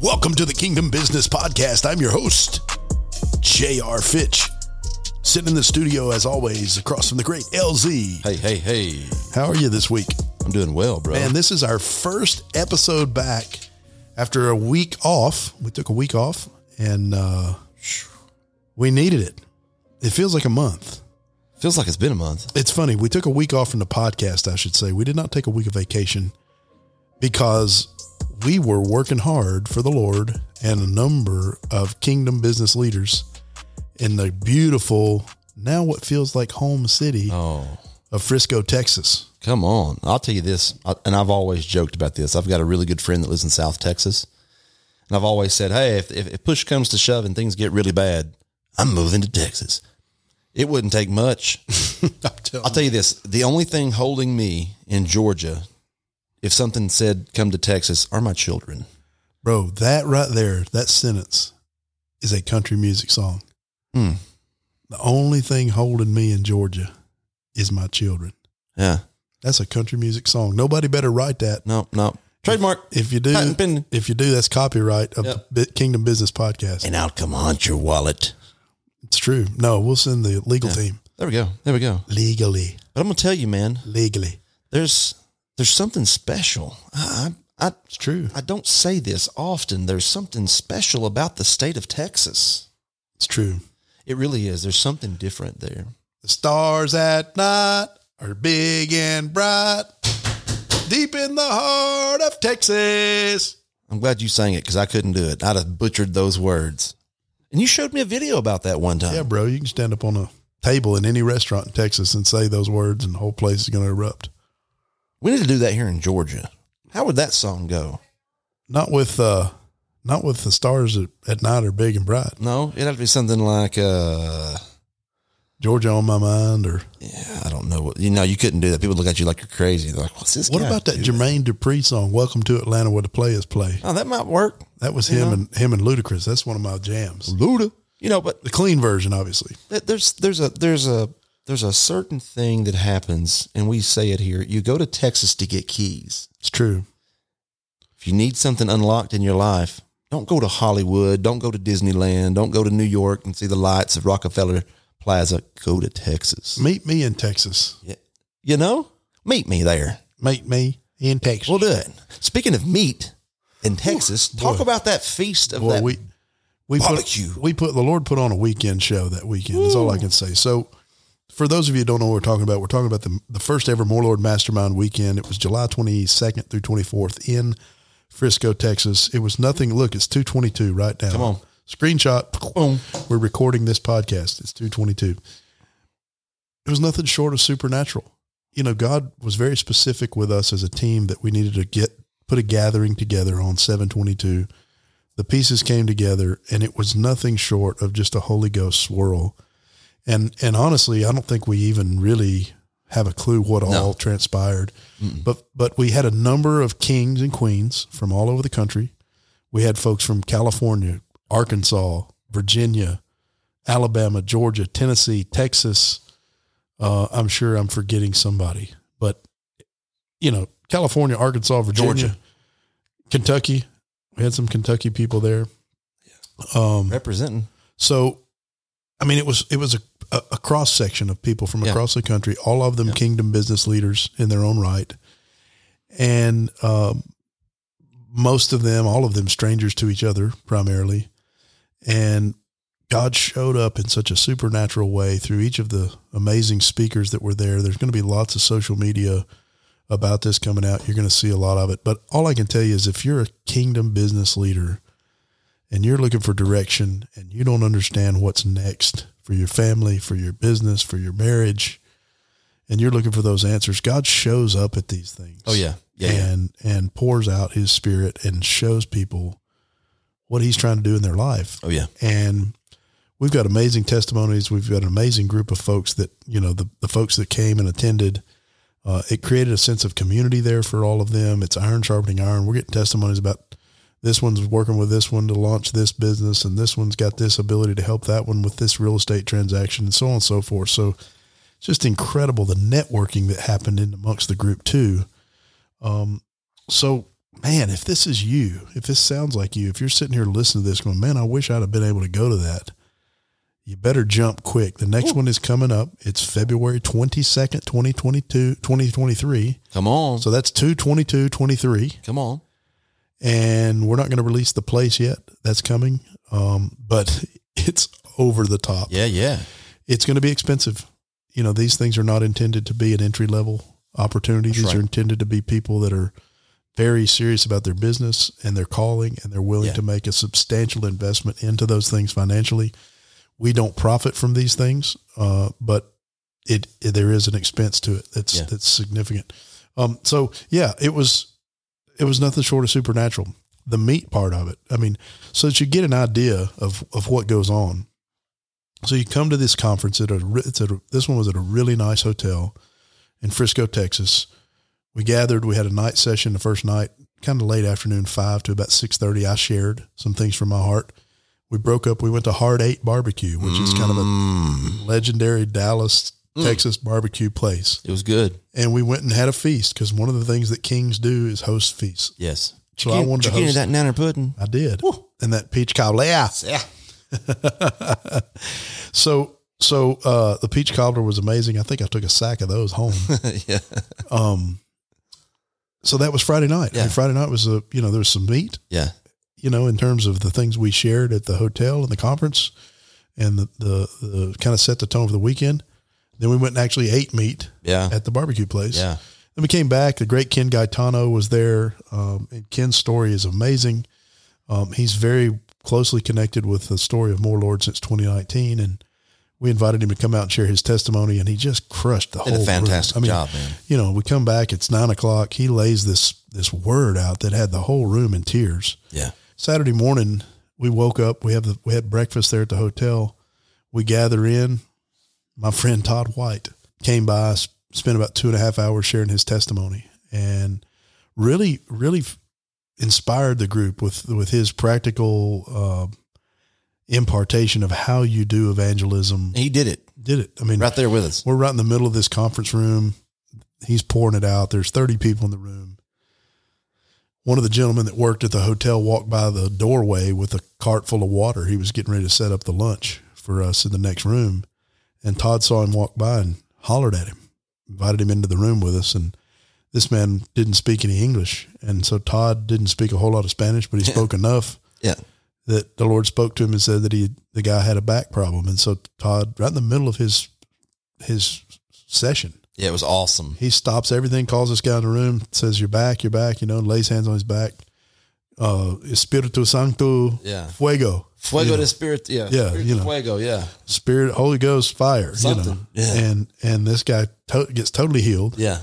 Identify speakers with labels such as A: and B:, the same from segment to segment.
A: Welcome to the Kingdom Business Podcast. I'm your host, J.R. Fitch. Sitting in the studio, as always, across from the great LZ.
B: Hey, hey, hey.
A: How are you this week?
B: I'm doing well, bro.
A: Man, this is our first episode back after a week off. We took a week off and uh, we needed it. It feels like a month.
B: Feels like it's been a month.
A: It's funny. We took a week off from the podcast, I should say. We did not take a week of vacation because we were working hard for the Lord and a number of kingdom business leaders in the beautiful, now what feels like home city
B: Oh,
A: of Frisco, Texas.
B: come on. I'll tell you this, I, and I've always joked about this. I've got a really good friend that lives in South Texas, and I've always said, hey, if, if, if push comes to shove and things get really bad, I'm moving to Texas. It wouldn't take much. I'll tell you this the only thing holding me in Georgia, if something said come to Texas, are my children.
A: Bro, that right there, that sentence is a country music song.
B: Hmm.
A: The only thing holding me in Georgia is my children.
B: Yeah.
A: That's a country music song. Nobody better write that.
B: No, no. Trademark.
A: If you do,
B: Patent pending.
A: if you do, that's copyright of
B: Yep.
A: the Bi- Kingdom Business Podcast.
B: And I'll come haunt your wallet.
A: It's true. No, we'll send the legal team
B: There we go. There we go.
A: legally,
B: But I'm going to tell you, man,
A: legally.
B: there's there's something special. I, I I-
A: It's true.
B: I don't say this often. There's something special about the state of Texas.
A: It's true.
B: It really is. There's something different there.
A: The stars at night are big and bright, deep in the heart of Texas.
B: I'm glad you sang it because I couldn't do it. I'd have butchered those words. And you showed me a video about that one time.
A: Yeah, bro, you can stand up on a table in any restaurant in Texas and say those words, and the whole place is going to erupt.
B: We need to do that here in Georgia. How would that song go?
A: Not with, uh, not with the stars at, at night are big and bright.
B: No, it'd have to be something like, uh,
A: Georgia on my mind, or
B: yeah, I don't know. What, you know, you couldn't do that. People look at you like you're crazy. They're like, what's this?
A: What
B: guy
A: about that
B: do?
A: Jermaine Dupri song, "Welcome to Atlanta, where the players play"?
B: Oh, that might work.
A: That was him and him and Ludacris. That's one of my jams.
B: Luda. You know, but
A: The clean version, obviously.
B: Th- there's there's a there's a there's a certain thing that happens and we say it here you go to texas to get keys
A: It's true.
B: if you need something unlocked in your life don't go to hollywood don't go to disneyland don't go to new york and see the lights of rockefeller plaza go to texas
A: Meet me in Texas.
B: Yeah. you know meet me there
A: Meet me in Texas.
B: we'll do it speaking of meat in texas talk about that feast of
A: Boy,
B: that
A: we we put,
B: barbecue.
A: we put the Lord put on a weekend show that weekend. That's all I can say. So, for those of you who don't know what we're talking about, we're talking about the the first ever More Lord Mastermind weekend. It was July twenty second through twenty fourth in Frisco, Texas. It was nothing. Look, it's two twenty two right now.
B: Come on.
A: screenshot.
B: Boom.
A: We're recording this podcast. It's two twenty two. It was nothing short of supernatural. You know, God was very specific with us as a team that we needed to get put a gathering together on seven twenty two the pieces came together and it was nothing short of just a holy ghost swirl and and honestly i don't think we even really have a clue what all transpired but but we had a number of kings and queens from all over the country we had folks from california arkansas virginia alabama georgia tennessee texas uh, i'm sure i'm forgetting somebody but you know california arkansas virginia
B: Georgia.
A: kentucky we had some Kentucky people there. Um,
B: representing
A: so, I mean, it was it was a, a, a cross section of people from
B: Yeah.
A: across the country, all of them kingdom business leaders in their own right, and um, most of them, all of them, strangers to each other primarily, and God showed up in such a supernatural way through each of the amazing speakers that were there. There's going to be lots of social media about this coming out. You're going to see a lot of it. But all I can tell you is if you're a kingdom business leader and you're looking for direction and you don't understand what's next for your family, for your business, for your marriage, and you're looking for those answers, God shows up at these things
B: oh yeah yeah, yeah.
A: and and pours out his spirit and shows people what he's trying to do in their life
B: oh yeah
A: and we've got amazing testimonies. We've got an amazing group of folks that you know the the folks that came and attended. Uh, it created a sense of community there for all of them. It's iron sharpening iron. We're getting testimonies about this one's working with this one to launch this business, and this one's got this ability to help that one with this real estate transaction, and so on and so forth. So it's just incredible the networking that happened in amongst the group too. Um, so man, if this is you, if this sounds like you, if you're sitting here listening to this going, man, I wish I'd have been able to go to that, you better jump quick. The next one is coming up. It's February 22nd, 2022, 2023.
B: Come on.
A: So that's 2 22 23.
B: Come on.
A: And we're not going to release the place yet. That's coming. Um, but it's over the top.
B: Yeah, yeah.
A: It's going to be expensive. You know, these things are not intended to be an entry level opportunity.
B: That's
A: these
B: right.
A: are intended to be people that are very serious about their business and their calling and they're willing
B: Yeah.
A: to make a substantial investment into those things financially. We don't profit from these things, uh, but it, it- there is an expense to it that's
B: Yeah.
A: that's significant. Um, so yeah, it was it was nothing short of supernatural. The meat part of it, I mean, so that you get an idea of of what goes on. So you come to this conference at a re- it's at a, this one was at a really nice hotel in Frisco, Texas. We gathered. We had a night session the first night, kind of late afternoon, five to about six thirty. I shared some things from my heart. We broke up. We went to Hard Eight Barbecue, which is kind of a
B: Mm.
A: legendary Dallas,
B: Mm.
A: Texas barbecue place.
B: It was good.
A: And we went and had a feast because one of the things that kings do is host feasts.
B: Yes.
A: So I wanted to
B: you
A: host.
B: that nanner pudding.
A: I did, and that peach cobbler. Yeah.
B: Yeah.
A: So so uh, the peach cobbler was amazing. I think I took a sack of those home.
B: yeah.
A: um, so that was Friday night. I mean,
B: Yeah.
A: Friday night was a you know there was some meat.
B: Yeah.
A: you know, in terms of the things we shared at the hotel and the conference and the, the, the kind of set the tone for the weekend. Then we went and actually ate meat
B: Yeah.
A: at the barbecue place.
B: Yeah.
A: Then we came back. The great Ken Gaetano was there. Um, and Ken's story is amazing. Um, he's very closely connected with the story of Morelord since 2019. And we invited him to come out and share his testimony. And he just crushed the
B: Did
A: whole
B: a
A: room.
B: fantastic
A: I mean,
B: job, man.
A: you know, we come back, it's nine o'clock. He lays this, this word out that had the whole room in tears.
B: Yeah.
A: Saturday morning, we woke up. We have the, we had breakfast there at the hotel. We gather in. My friend Todd White came by, s- spent about two and a half hours sharing his testimony, and really, really f- inspired the group with with his practical uh, impartation of how you do evangelism.
B: He did it
A: Did it? I mean,
B: right there with us.
A: we're right in the middle of this conference room. He's pouring it out. There's 30 people in the room. One of the gentlemen that worked at the hotel walked by the doorway with a cart full of water. He was getting ready to set up the lunch for us in the next room. And Todd saw him walk by and hollered at him, invited him into the room with us. And this man didn't speak any English. And so Todd didn't speak a whole lot of Spanish, but he spoke enough
B: Yeah.
A: that the Lord spoke to him and said that he the guy had a back problem, and so Todd, right in the middle of his his session,
B: Yeah. It was awesome.
A: he stops everything, calls this guy in the room, says, "You're back, you're back," you know, lays hands on his back. Uh, Espiritu Sancto,
B: Yeah.
A: fuego,
B: Fuego
A: you know,
B: de spirit. Yeah.
A: Yeah,
B: Spirit
A: you know.
B: Fuego. Yeah.
A: Spirit, Holy Ghost, fire, you know,
B: Something. Yeah.
A: and and this guy to- gets totally healed
B: Yeah.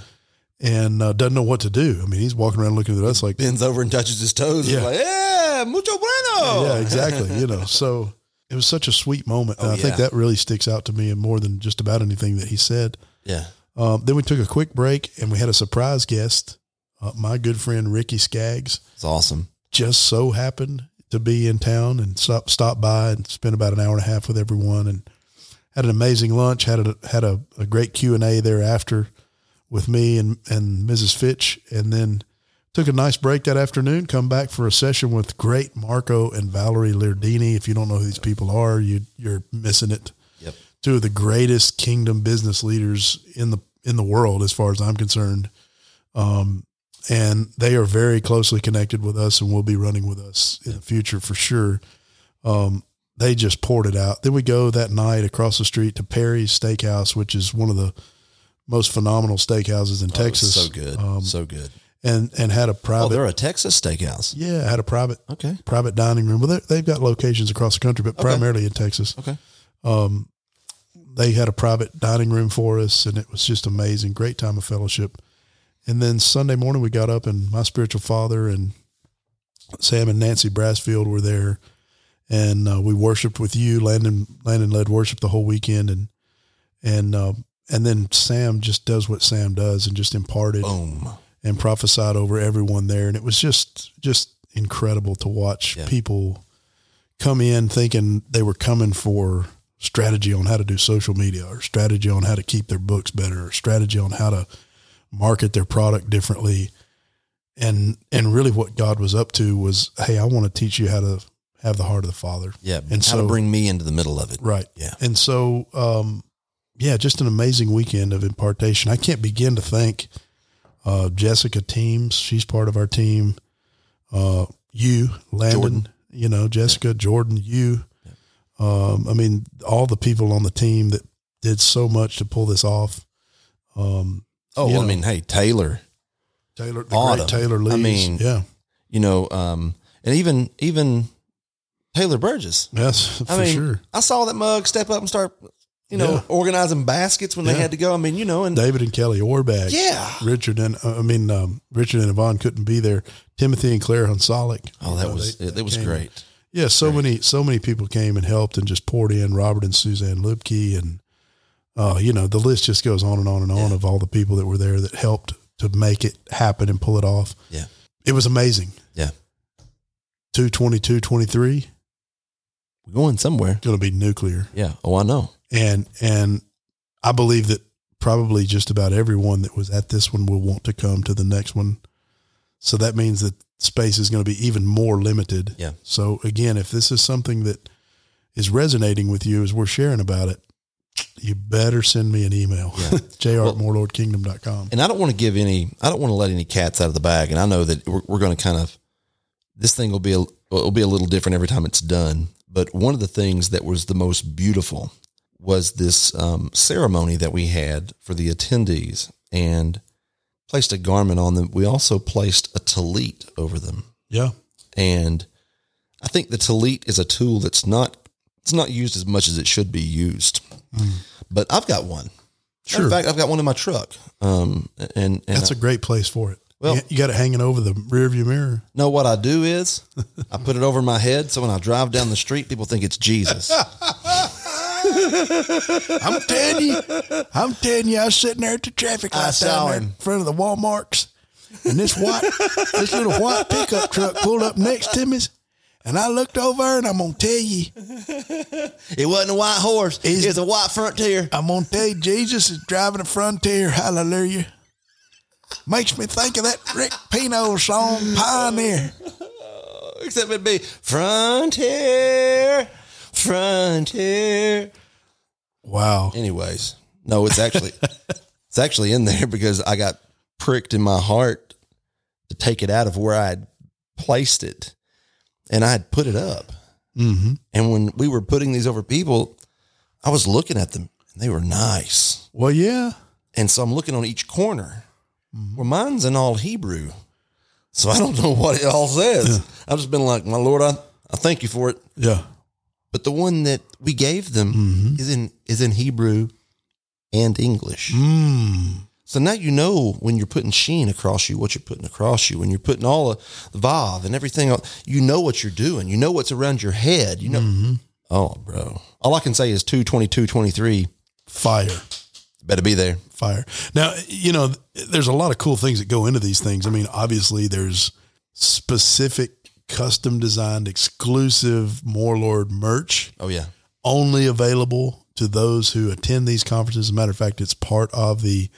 A: and uh, doesn't know what to do. I mean, he's walking around looking at us like,
B: Bends over and touches his toes. Yeah.
A: Yeah.
B: like, yeah. Mucho bueno.
A: "Oh, yeah, exactly. You know, so it was such a sweet moment. and
B: Oh,
A: I think
B: yeah.
A: that really sticks out to me, and more than just about anything that he said.
B: Yeah.
A: Um, then we took a quick break and we had a surprise guest. Uh, my good friend Ricky Skaggs
B: It's awesome.
A: just so happened to be in town and stop, stopped by and spent about an hour and a half with everyone and had an amazing lunch. had a, had a, a great Q and A thereafter with me and and Mrs. Fitch, and then took a nice break that afternoon. Come back for a session with great Marco and Valerie Lirdini. If you don't know who these people are, you you're missing it
B: Yep. Oh,
A: two of the greatest kingdom business leaders in the in the world, as far as I'm concerned. Um, and they are very closely connected with us, and will be running with us in the future for sure. Um, they just poured it out. Then we go that night across the street to Perry's Steakhouse, which is one of the most phenomenal steakhouses in
B: Oh, it was
A: Texas.
B: so good.
A: Um,
B: so good.
A: and and had a
B: Oh,
A: private.
B: they're a Texas steakhouse.
A: yeah, had a private
B: Okay.
A: private dining room. Well, they- they've got locations across the country, but
B: Okay.
A: primarily in Texas.
B: Okay.
A: Um, they had a private dining room for us, and it was just amazing. Great time of fellowship. And then Sunday morning, we got up, and my spiritual father and Sam and Nancy Brassfield were there, and uh, we worshipped with you. Landon Landon led worship the whole weekend, and and uh, and then Sam just does what Sam does, and just imparted
B: Boom.
A: and prophesied over everyone there and it was just just incredible to watch
B: Yeah.
A: people come in thinking they were coming for strategy on how to do social media or strategy on how to keep their books better or strategy on how to market their product differently and and really what God was up to was, hey, I want to teach you how to have the heart of the Father.
B: Yeah. And how
A: And
B: to
A: so-
B: bring me into the middle of it.
A: Right.
B: Yeah.
A: And so, um, yeah, just an amazing weekend of impartation. I can't begin to thank uh, Jessica Teams. She's part of our team. Uh, you, Landon,
B: Jordan.
A: you know, Jessica, Jordan, you. Um, I mean, all the people on the team that did so much to pull this off. Um,
B: Oh,
A: You
B: well, I
A: know.
B: mean, hey, Taylor,
A: Taylor, the
B: Autumn.
A: great Taylor Lees.
B: I mean-
A: yeah.
B: you know, um, and even, even Taylor Burgess.
A: Yes, for
B: I mean,
A: sure.
B: I saw that mug step up and start, you know,
A: Yeah.
B: organizing baskets when they
A: Yeah.
B: had to go. I mean, you know, and
A: David and Kelly Orbeck.
B: yeah.
A: Richard and uh, I mean um, Richard and Yvonne couldn't be there. Timothy and Claire Hunsolic.
B: Oh,
A: you
B: that
A: know,
B: was,
A: they-
B: it,
A: they
B: that was
A: came.
B: great.
A: Yeah, so many so many people came and helped and just poured in. Robert and Suzanne Lubke and uh, you know the list just goes on and on and on of all the people that were there that helped to make it happen and pull it off.
B: Yeah.
A: it was amazing.
B: Yeah.
A: 222, 23,
B: We're going somewhere.
A: going to be nuclear.
B: Yeah. Oh, I know.
A: and and I believe that probably just about everyone that was at this one will want to come to the next one. So that means that space is going to be even more limited.
B: Yeah.
A: So again, if this is something that is resonating with you as we're sharing about it, you better send me an email.
B: Yeah.
A: jr
B: Well-
A: at morelordkingdom.com.
B: and I don't want to give any, I don't want to let any cats out of the bag. And I know that we're, we're going to kind of, this thing will be, a, it'll be a little different every time it's done. But one of the things that was the most beautiful was this um, ceremony that we had for the attendees and placed a garment on them. We also placed a tallit over them.
A: Yeah.
B: And I think the tallit is a tool that's not, it's not used as much as it should be used. But I've got one.
A: Mm. Sure.
B: In fact, I've got one in my truck. Um, and, and
A: That's a great place for it.
B: Well-
A: you, you got it hanging over the rearview mirror.
B: No, what I do is I put it over my head so when I drive down the street, people think it's Jesus.
A: I'm telling you, I'm telling you, I was sitting there at the traffic light
B: saw
A: down there in
B: him.
A: front of the Walmarts, and this white, this little white pickup truck pulled up next to me, and I looked over, and I'm gonna tell you,
B: It wasn't a white horse.
A: Is-
B: It's, a white frontier.
A: I'm gonna tell you, Jesus is driving a frontier, hallelujah. Makes me think of that Rick Pino song, Pioneer.
B: Except it'd be frontier, frontier.
A: Wow.
B: Anyways, no, it's actually it's actually in there because I got pricked in my heart to take it out of where I had placed it, and I had put it up.
A: Mm-hmm.
B: And when we were putting these over people, I was looking at them, and they were nice.
A: Well, yeah.
B: And so I'm looking on each corner. Well, mine's in all Hebrew. So I don't know what it all says. I've just been like, my Lord, I, I thank you for it.
A: Yeah.
B: But the one that we gave them
A: Mm-hmm.
B: is in is in Hebrew and English.
A: Mm.
B: So now you know when you're putting sheen across you, what you're putting across you, when you're putting all the vav and everything, else, you know what you're doing. You know what's around your head. You know.
A: Mm-hmm.
B: Oh, bro. All I can say is 222, 23.
A: Fire.
B: Better be there.
A: fire. Now, you know, there's a lot of cool things that go into these things. I mean, obviously, there's specific, custom designed, exclusive Morelord merch
B: Oh, yeah.
A: only available to those who attend these conferences. As a matter of fact, it's part of the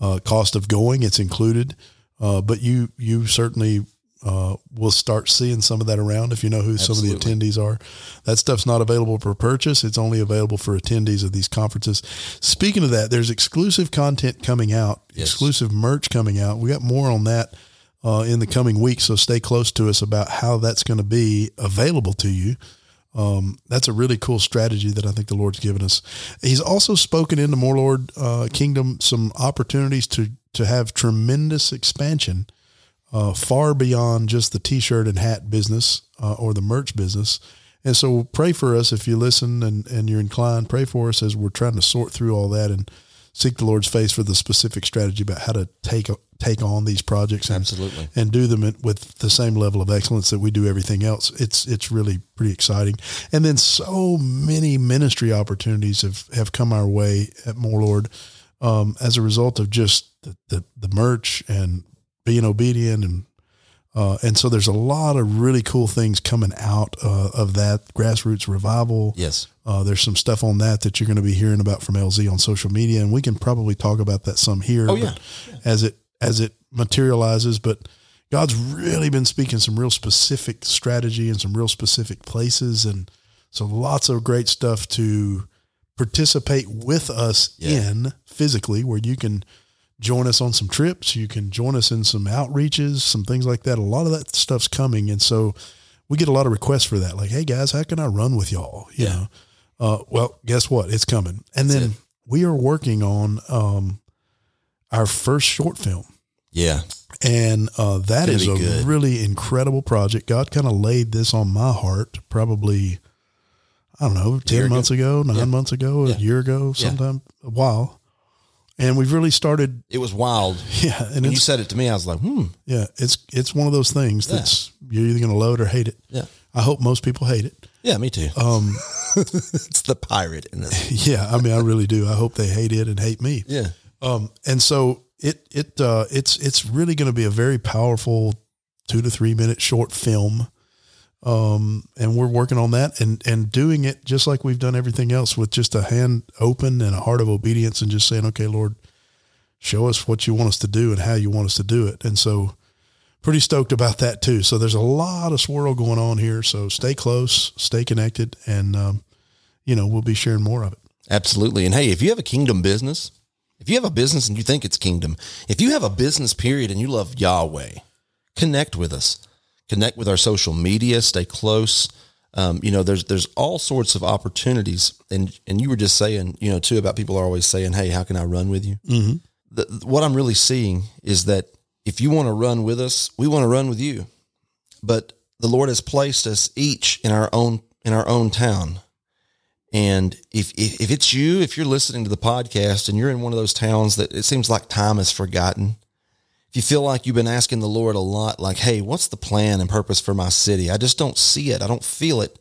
A: uh, cost of going; it's included. Uh, but you you certainly uh, will start seeing some of that around if you know who some of the
B: Absolutely.
A: attendees are. That stuff's not available for purchase; it's only available for attendees of these conferences. Speaking of that, there's exclusive content coming out,
B: Yes.
A: exclusive merch coming out. We got more on that. Uh, in the coming weeks, so stay close to us about how that's going to be available to you Um, that's a really cool strategy that I think the Lord's given us. He's also spoken into more Lord uh, Kingdom some opportunities to to have tremendous expansion uh, far beyond just the T-shirt and hat business uh, or the merch business. And so pray for us if you listen and, and you're inclined. Pray for us as we're trying to sort through all that and seek the Lord's face for the specific strategy about how to take take on these projects and
B: Absolutely.
A: and do them at- with the same level of excellence that we do everything else. It's it's really pretty exciting. And then so many ministry opportunities have have come our way at Morelord um, as a result of just the, the the merch and being obedient and uh, and so there's a lot of really cool things coming out uh, of that grassroots revival.
B: Yes.
A: Uh, there's some stuff on that that you're going to be hearing about from LZ on social media, and we can probably talk about that some here.
B: Oh, yeah.
A: but as it as it materializes. But God's really been speaking some real specific strategy and some real specific places. And so lots of great stuff to participate with us
B: Yeah.
A: in physically, where you can join us on some trips, you can join us in some outreaches, some things like that. A lot of that stuff's coming. And so we get a lot of requests for that. Like, hey guys, how can I run with y'all? You
B: Yeah.
A: know, uh, well, guess what? It's coming. And then
B: it.
A: we are working on um, our first short film
B: Yeah.
A: and uh, that
B: Gonna
A: is
B: be
A: a
B: good.
A: really incredible project. God kind of laid this on my heart probably, I don't know,
B: year
A: 10
B: ago.
A: months ago, nine
B: Yeah.
A: months ago,
B: Yeah.
A: a year ago,
B: Yeah.
A: sometime, a while. And we've really started,
B: It was wild.
A: yeah, and
B: When you
A: it's,
B: said it to me, I was like, hmm.
A: yeah, it's, it's one of those things that's, you're either going to love it or hate it.
B: Yeah.
A: I hope most people hate it.
B: Yeah, me too.
A: Um,
B: it's the pirate in us.
A: yeah, I mean, I really do. I hope they hate it and hate me.
B: Yeah.
A: Um, and so it it uh, it's it's really going to be a very powerful two to three minute short film. Um, and we're working on that and and doing it just like we've done everything else with just a hand open and a heart of obedience and just saying, okay, Lord, show us what you want us to do and how you want us to do it. And so pretty stoked about that too. So there's a lot of swirl going on here. So stay close, stay connected, and um, you know, we'll be sharing more of it.
B: Absolutely. And hey, if you have a kingdom business, if you have a business and you think it's kingdom, if you have a business period and you love Yahweh, connect with us. Connect with our social media. Stay close. Um, you know, there's there's all sorts of opportunities, and and you were just saying, you know, too about people are always saying, "Hey, how can I run with you?"
A: Mm-hmm.
B: the, what I'm really seeing is that if you want to run with us, we want to run with you. But the Lord has placed us each in our own in our own town. And if, if if it's you, if you're listening to the podcast and you're in one of those towns that it seems like time is forgotten, if you feel like you've been asking the Lord a lot, like, hey, what's the plan and purpose for my city? I just don't see it. I don't feel it.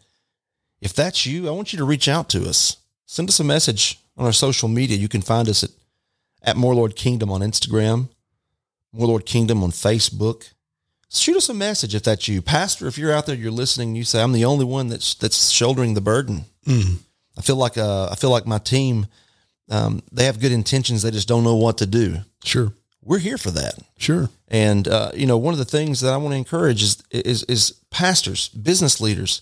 B: If that's you, I want you to reach out to us. Send us a message on our social media. You can find us at at More Lord Kingdom on Instagram, More Lord Kingdom on Facebook. Shoot us a message if that's you, Pastor. If you're out there, you're listening, and you say, "I'm the only one that's that's shouldering the burden." I feel like uh, I feel like my team. Um, they have good intentions. They just don't know what to do.
A: Sure,
B: We're here for that.
A: sure.
B: And uh, you know, one of the things that I want to encourage is is is pastors, business leaders.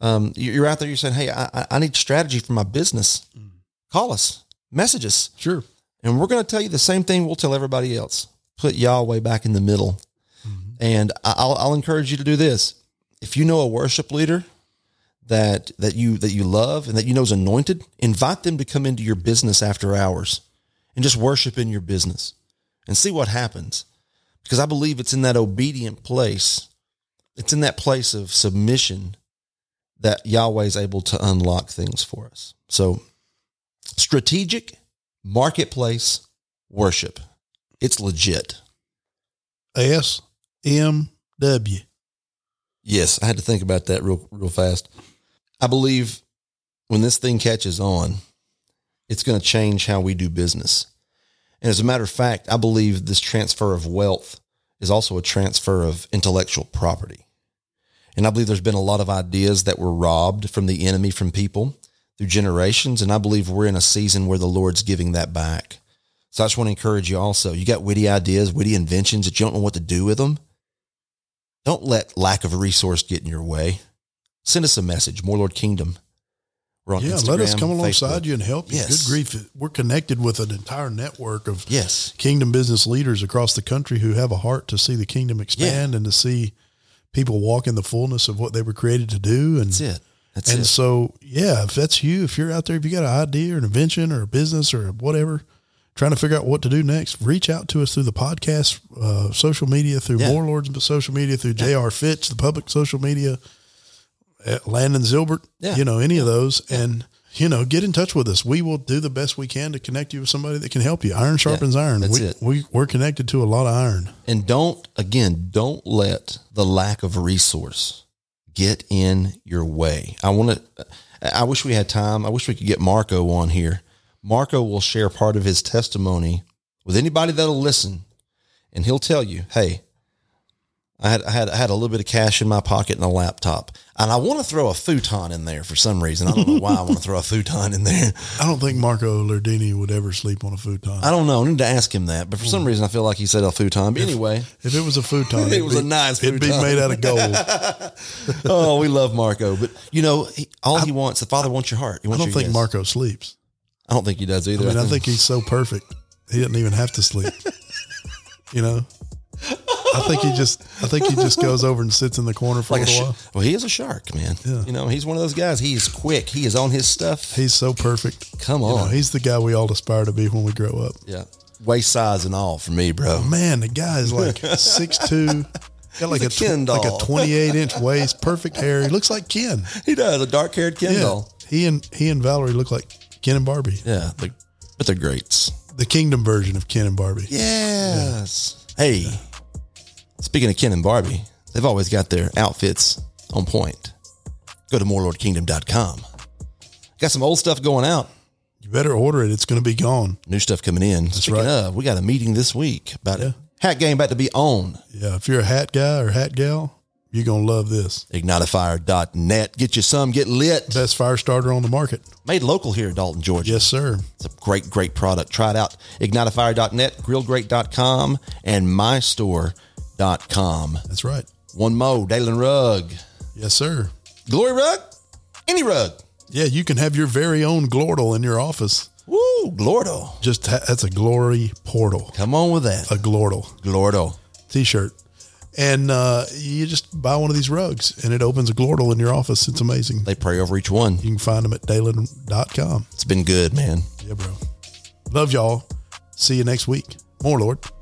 B: Um, you- you're out there. You're saying, "Hey, I, I- I need strategy for my business." Call us, message us.
A: Sure.
B: And we're going to tell you the same thing we'll tell everybody else. Put Yahweh back in the middle. And I- I'll, I'll encourage you to do this. If you know a worship leader that that you that you love and that you know is anointed, invite them to come into your business after hours and just worship in your business and see what happens. Because I believe it's in that obedient place, it's in that place of submission that Yahweh is able to unlock things for us. So strategic marketplace worship. It's legit.
A: S M W.
B: Yes, I had to think about that real real fast. I believe when this thing catches on, it's going to change how we do business. And as a matter of fact, I believe this transfer of wealth is also a transfer of intellectual property. And I believe there's been a lot of ideas that were robbed from the enemy from people through generations. And I believe we're in a season where the Lord's giving that back. So I just want to encourage you also. You got witty ideas, witty inventions that you don't know what to do with them. Don't let lack of resource get in your way. Send us a message, More Lord Kingdom. We're on
A: Yeah,
B: Instagram,
A: let us come
B: Facebook.
A: alongside you and help you.
B: Yes.
A: Good grief. We're connected with an entire network of
B: Yes.
A: kingdom business leaders across the country who have a heart to see the kingdom expand and to see people walk in the fullness of what they were created to do. And,
B: That's it. That's
A: and
B: it.
A: so, yeah, if that's you, if you're out there, if you got an idea or an invention or a business or whatever, trying to figure out what to do next, reach out to us through the podcast, uh, social media, through
B: Yeah.
A: More Lords social media, through JR Fitch, the public social media, at Landon Zilbert,
B: Yeah.
A: you know, any of those. And, you know, get in touch with us. We will do the best we can to connect you with somebody that can help you. Iron sharpens iron.
B: that's
A: we,
B: it.
A: We, we're connected to a lot of iron.
B: And don't, again, don't let the lack of resource get in your way. I want to, I wish we had time. I wish we could get Marco on here. Marco will share part of his testimony with anybody that'll listen, and he'll tell you, hey, I had I had I had a little bit of cash in my pocket and a laptop, and I want to throw a futon in there for some reason. I don't know why I want to throw a futon in there.
A: I don't think Marco Lardini would ever sleep on a futon.
B: I don't know. I need to ask him that, but for some reason I feel like he said a futon. But anyway,
A: if it was a futon,
B: It
A: it'd
B: was
A: be-
B: a nice
A: It'd be
B: futon.
A: made out of gold.
B: oh, we love Marco, but you know, he, all he wants the father wants your heart. He
A: I
B: wants
A: don't
B: your
A: think
B: yes.
A: Marco sleeps.
B: I don't think he does either.
A: I mean, I think he's so perfect, he doesn't even have to sleep. You know, I think he just, I think he just goes over and sits in the corner for
B: like
A: a
B: a
A: little
B: sh-
A: while.
B: well, he is a shark, man. You know, he's one of those guys. He is quick. He is on his stuff.
A: He's so perfect.
B: Come
A: You know,
B: on,
A: he's the guy we all aspire to be when we grow up.
B: yeah, waist size and all for me, bro.
A: Man, the guy is like six two. Got like a,
B: a
A: tw-
B: Ken
A: like a
B: doll.
A: twenty eight inch waist, perfect hair. He looks like Ken.
B: He does a dark haired
A: Yeah,
B: Kendall.
A: he and he and Valerie look like Ken and Barbie,
B: Yeah, the- but they're greats.
A: the Kingdom version of Ken and Barbie.
B: Yes. Hey, speaking of Ken and Barbie, they've always got their outfits on point. Go to morelordkingdom.com. Got some old stuff going out,
A: You better order it; it's going to be gone.
B: new stuff coming in. speaking
A: right.
B: of, we got a meeting this week about it. Hat Game about to be on
A: Yeah, if you're a hat guy or hat gal, you're gonna love this.
B: ignitafire.net. Get you some, get lit.
A: Best fire starter on the market.
B: Made local here in Dalton, Georgia.
A: Yes, sir.
B: It's a great, great product. Try it out. Ignitafire.net, grillgrate.com, and mystore.com.
A: That's right.
B: One Mo, Dalen Rug,
A: Yes, sir.
B: Glory Rug, any rug.
A: Yeah, you can have your very own Glortle in your office.
B: Woo, Glordo.
A: Just ha- that's a glory portal,
B: Come on with that.
A: a Glortle
B: Glordo.
A: t-shirt, and uh, you just buy one of these rugs, and it opens a Glortle in your office. It's amazing.
B: They pray over each one.
A: You can find them at Dalen.com.
B: It's been good, man.
A: Yeah, bro. Love y'all. See you next week. More Lord.